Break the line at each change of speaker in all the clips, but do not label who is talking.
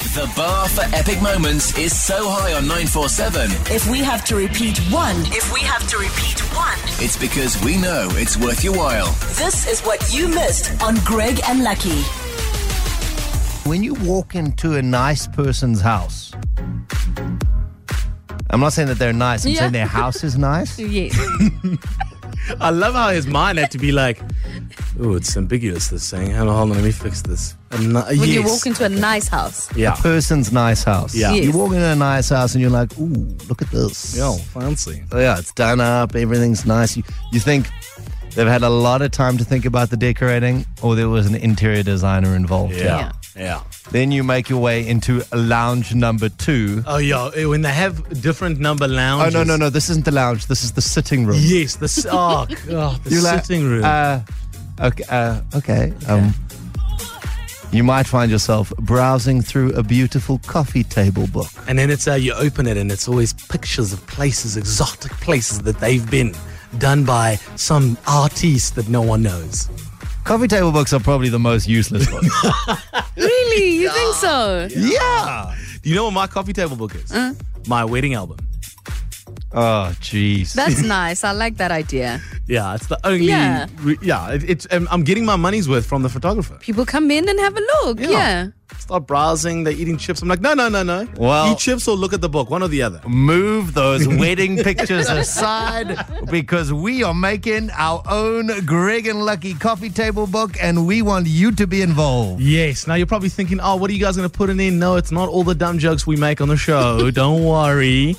The bar for epic moments is so high on 947,
If we have to repeat one,
If we have to repeat one,
it's because we know it's worth your while.
this is what you missed on Greg and Lucky.
when you walk into a nice person's house, I'm not saying that they're nice. I'm
Yeah.
saying their house is nice.
Yes.
I love how his mind had to be like, oh, it's ambiguous, this thing. Hold on, hold on, let me fix this. And not-
When
yes.
you walk into a nice house.
yeah.
Person's nice house.
Yeah.
Yes.
You walk into a nice house and you're like, ooh, look at this.
Yo, fancy.
Oh, yeah, it's done up. Everything's nice. You, you think they've had a lot of time to think about the decorating, or there was an interior designer involved.
Yeah. Yeah.
Then you make your way into lounge number two.
Oh, yo, eh, when they have different number
Oh
lounges.
no, no, no! This isn't the lounge. This is the sitting room.
Yes, the, s- oh, God, the
You're like,
sitting room.
Uh, okay. Uh, okay. Um, you might find yourself browsing through a beautiful coffee table book.
and then it's uh, you open it and it's always pictures of places, exotic places that they've been, done by some artiste that no one knows.
Coffee table books are probably the most useless ones.
Really? You think so?
yeah.
Do you know what my coffee table book is? My wedding album.
Oh, jeez.
That's nice. I like that idea.
Yeah, it's the only.
Yeah.
Yeah, yeah it, it's. Um, I'm getting my money's worth from the photographer.
People come in and have a look. Yeah.
Start browsing. They're eating chips. I'm like, no, no, no, no.
Well-
eat chips or look at the book, one or the other.
Move those wedding pictures aside because we are making our own Greg and Lucky coffee table book, and we want you to be involved.
Yes. Now you're probably thinking, oh, what are you guys going to put in there? No, it's not all the dumb jokes we make on the show. Don't worry.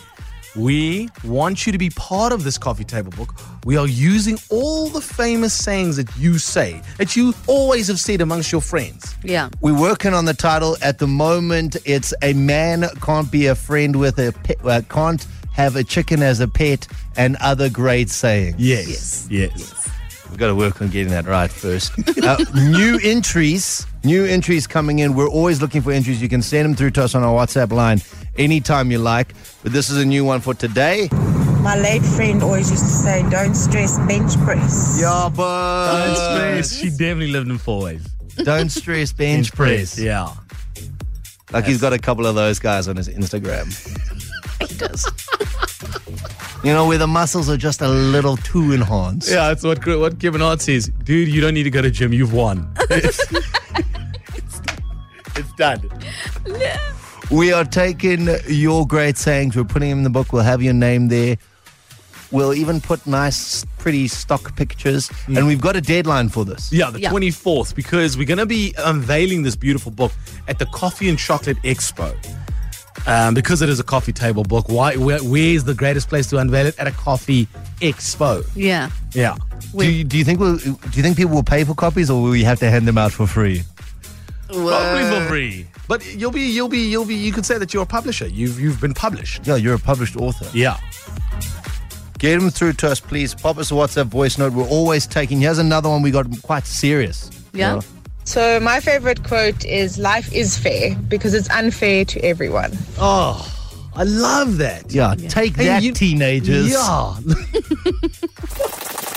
We want you to be part of this coffee table book. We are using all the famous sayings that you say, that you always have said amongst your friends.
Yeah.
We're working on the title at the moment. It's a man can't be a friend with a pet, uh, can't have a chicken as a pet, and other great sayings.
Yes. Yes.
We've got to work on getting that right first. uh, new entries, new entries coming in. We're always looking for entries. You can send them through to us on our WhatsApp line anytime you like. But this is a new one for today.
My late friend always used to say, don't stress bench press.
Yeah, but
She definitely lived in four ways.
don't stress bench press.
Yeah.
Like he's got a couple of those guys on his Instagram. You know, where the muscles are just a little too enhanced.
Yeah, that's what what Kevin Hart says. Dude, you don't need to go to gym. You've won. it's done.
We are taking your great sayings. We're putting them in the book. We'll have your name there. We'll even put nice, pretty stock pictures. And we've got a deadline for this.
Mm. Yeah, the
Yeah.
24th, because we're going to be unveiling this beautiful book at the Coffee and Chocolate Expo. Um, because it is a coffee table book, why? Where, where's the greatest place to unveil it at a coffee expo?
Yeah.
Yeah,
Do you, do you think we'll, do you think people will pay for copies, or will we have to hand them out for free?
probably for free. But you'll be, you'll be, you'll be. You could say that you're a publisher. You've you've been published.
Yeah, you're a published author.
Yeah.
Get them through to us, please. Pop us a WhatsApp voice note. We're always taking. Here's another one we got quite serious.
Yeah.
So my favorite quote is life is fair because it's unfair to everyone.
Oh, I love that.
Yeah, take
Hey,
that,
you-
teenagers.
Yeah.